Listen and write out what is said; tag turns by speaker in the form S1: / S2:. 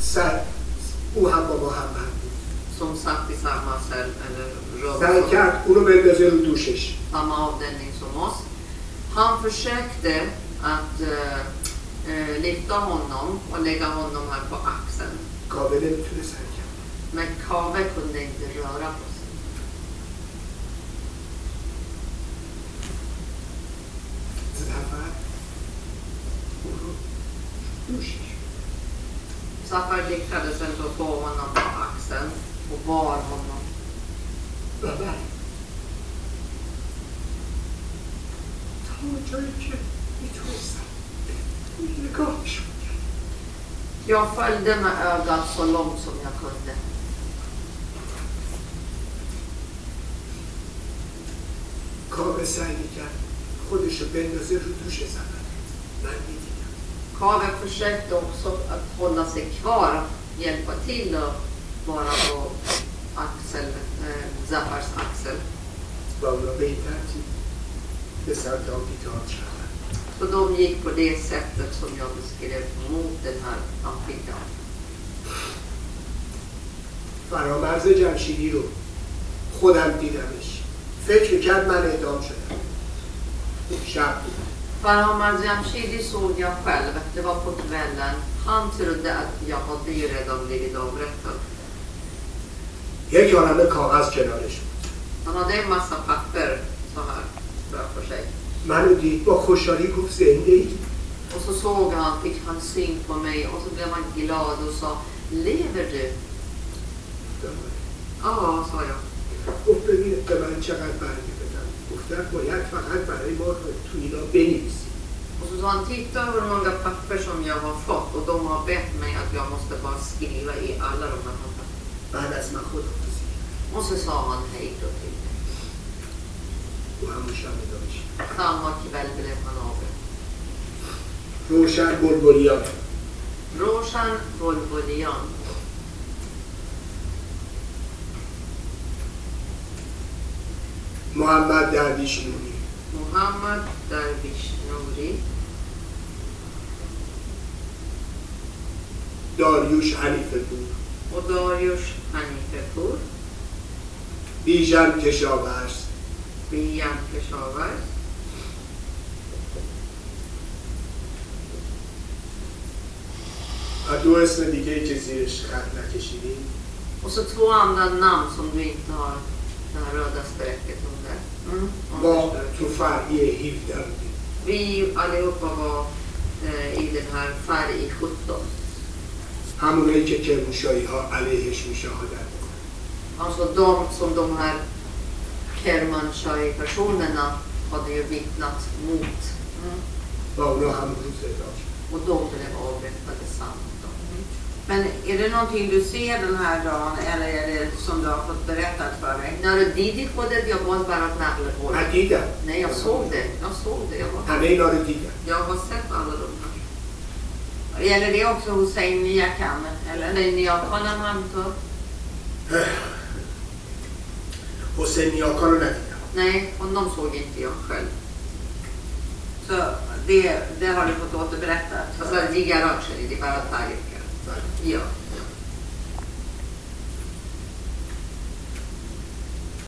S1: سر او هم با ما هم هم
S2: som satt i samma cell eller rum
S1: سعی
S2: som,
S1: کرد او رو بندازه رو دوشش
S2: samma avdelning som oss. Han försökte att eh, eh, lyfta honom och lägga honom här på axeln.
S1: کابه نمیتونه سعی کرد
S2: Men Kave kunde inte röra på sig.
S1: زفر او رو دوشش
S2: Zaffar lyckades ändå få honom på axeln och bar honom.
S1: و بعد تا جایی که میتونستم نگاهش میکرد
S2: Jag följde med ögat så långt som jag kunde.
S1: کابه سعی میکرد خودش رو بندازه رو دوش زفر من میدیدم
S2: Kave försökte också att hålla sig kvar, att hjälpa till och vara på axel, eh, Zaffars axel.
S1: و اونا به این ترتیب به سمت آمفیتئاتر رفتن
S2: Så de gick på det sättet som jag beskrev mot den här amfibian.
S1: فرامرز جمشیدی رو خودم دیدمش فکر کرد من اعدام شدم اون شب بود.
S2: Farhamad Jamshidi såg jag själv, det var på kvällen. Han trodde att jag hade ju redan blivit avrättad.
S1: یک عالمه کاغذ کنارش بود
S2: Han hade en massa papper så här framför sig.
S1: منو دید با خوشحالی گفت زنده ای
S2: Och så såg han, fick han syn på mig och så blev han glad och sa Lever du? Ja, sa jag.
S1: گفت ببین به من چقدر برگه بدم گفتم باید فقط برای ما تو اینا بنویسی
S2: Och så sa han, titta hur många papper som jag har fått och de har bett mig att jag måste bara skriva i alla de här papperna.
S1: بعد از من خود
S2: Och så sa han hej då till mig.
S1: و همون شب اعدام شد.
S2: Samma kväll blev han avrättad.
S1: روشن بلبلیان
S2: Roshan Volvolian.
S1: محمد درویش نوری
S2: Mohammad Darwish Nouri,
S1: داریوش حنیفه بود
S2: och Darius Hanifepour,
S1: بیژن کشاورز
S2: Bian Peshawar,
S1: و دو اسم دیگه ای که زیرش خط نکشیدیم
S2: och så två andra namn som du inte har det här röda strecket under. Mm. om
S1: ما
S2: du
S1: تو
S2: förstår.
S1: فرعی 17 بودیم
S2: Vi allihopa var eh, i den här färg 17.
S1: همونایی که کرموشایی ها علیهش مشاهدت میکنن
S2: Alltså de som de här Kermanshai-personerna hade ju vittnat mot.
S1: و اونا همون روز اعدام شدن.
S2: Och de blev avrättade samma dag. Men är det någonting du ser den här dagen eller är det som du har fått berättat för dig? När du didit på det, jag var bara
S1: من
S2: närvarande.
S1: دیدم
S2: Nej, jag såg det. Jag såg det. Jag, var,
S1: همه اینا رو دیدم
S2: jag har sett alla de här.
S3: Gäller det också Hussein Niakan? Eller nej, Niakanen han tog?
S1: حسین یاکا رو ندیدم
S2: Nej, honom såg inte jag själv.
S3: Så det, det har du fått återberättat.
S2: Alltså, Diga Rachel, det var Tarika.
S1: بله.
S2: Ja.